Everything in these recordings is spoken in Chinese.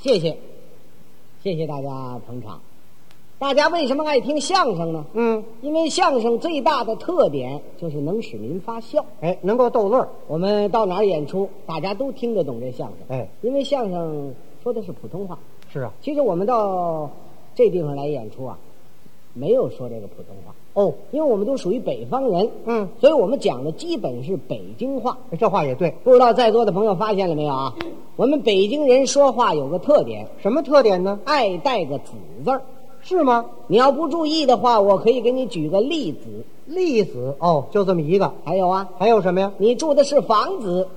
谢谢，谢谢大家捧场。大家为什么爱听相声呢？嗯，因为相声最大的特点就是能使您发笑。哎，能够逗乐儿，我们到哪儿演出，大家都听得懂这相声。哎，因为相声说的是普通话。是啊，其实我们到这地方来演出啊，没有说这个普通话，哦，因为我们都属于北方人。嗯，所以我们讲的基本是北京话。这话也对，不知道在座的朋友发现了没有啊？嗯我们北京人说话有个特点，什么特点呢？爱带个“子”字儿。是吗？你要不注意的话，我可以给你举个例子。例子哦，就这么一个，还有啊，还有什么呀？你住的是房子，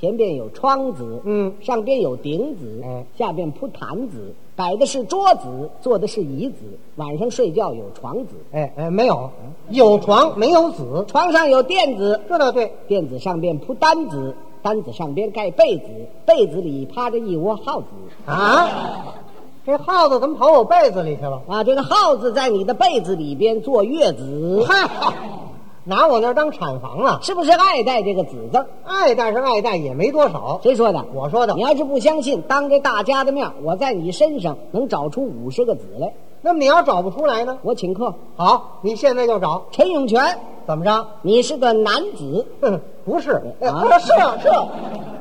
前边有窗子，嗯上边有顶子，哎下边铺坛子，摆的是桌子，坐的是椅子，晚上睡觉有床子，哎哎，没有，有床没有子，床上有垫子，这倒对。垫子上边铺单子，单子上边盖被子，被子里趴着一窝耗子。啊，这耗子怎么跑我被子里去了？啊，这个耗子在你的被子里边坐月子，嗨，拿我那儿当产房了。是不是爱戴这个子字儿？爱戴是爱戴，也没多少。谁说的？我说的你。要是不相信，当着大家的面，我在你身上能找出五十个子来。那么你要找不出来呢？我请客，好，你现在就找，陈永泉，怎么着？你是个男子，哼，不是，呃啊是啊是啊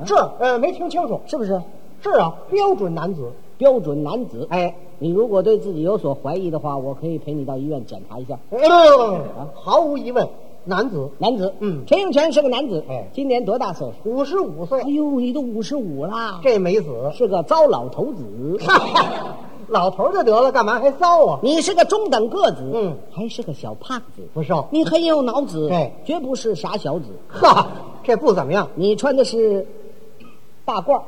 是啊，呃，没听清楚，是不是？是啊，标准男子。标准男子。哎，你如果对自己有所怀疑的话，我可以陪你到医院检查一下。呃毫无疑问，男子，男子，嗯陈永泉是个男子，哎今年多大岁数？五十五哎岁，呦，你都五十五啦，这没子。是个糟老头子。嗨，老头儿就得了，干嘛还骚啊？你是个中等个子，嗯，还是个小胖子，不瘦，你很有脑子，对绝不是傻小子。哈，这不怎么样，你穿的是大褂儿，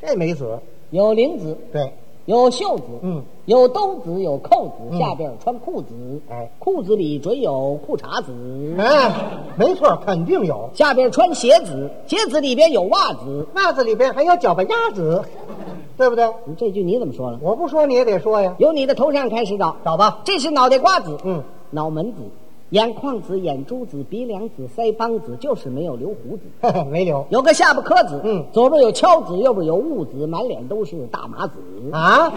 这没子。有领子，对，有袖子，嗯，有兜子，有扣子，嗯下边穿裤子，哎裤子里准有裤衩子，哎，没错，肯定有。下边穿鞋子，鞋子里边有袜子。袜子里边还有脚巴丫子，对不对？你这句你怎么说了？我不说你也得说呀。由你的头上开始找，找吧，这是脑袋瓜子，嗯，脑门子，眼眶子，眼珠子，鼻梁子，腮帮子，就是没有留胡子。呵呵没留有个下巴磕子，嗯左边有敲子，右边有痦子，满脸都是大麻子。啊？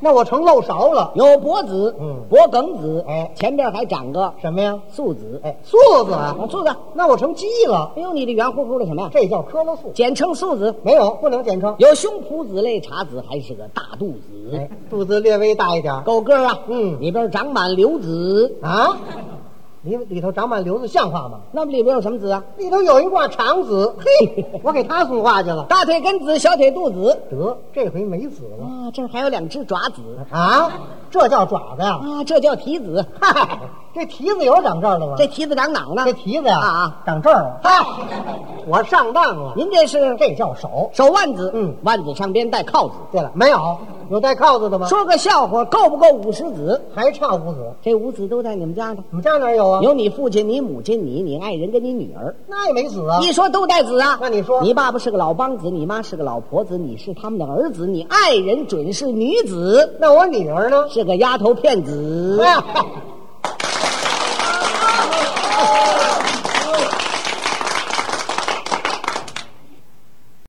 那我成漏勺了。有脖子，嗯脖梗子，哎前边还长个什么呀？素子，哎，素子啊？啊，素子，那我成鸡了，哎呦，你这圆乎乎的什么呀？这叫磕了素。简称素子，没有，不能简称。有胸脯子、肋叉子，还是个大肚子，哎，肚子略微大一点够个儿啊。嗯里边长满瘤子，啊？里里头长满瘤子，像话吗？那么里边有什么子啊？里头有一挂肠子，嘿，我给他送话去了。大腿根子、小腿肚子得，这回没子了啊，这儿还有两只爪子啊？这叫爪子呀、啊，这叫蹄子。嗨，这蹄子有长这儿的吗？这蹄子长哪儿呢这？蹄子呀、啊啊长这儿了。嗨，我上当了，您这是这叫手。手腕子，嗯腕子上边带铐子。对了，没有有戴铐子的吗？说个笑话，够不够五十子？还差五子，这五子都在你们家呢，我们家哪有啊？有你父亲、你母亲、你、你爱人跟你女儿。那也没子啊。一说都带子啊，那你说你爸爸是个老梆子，你妈是个老婆子，你是他们的儿子，你爱人准是女子，那我女儿呢？是个丫头片子。哎呀，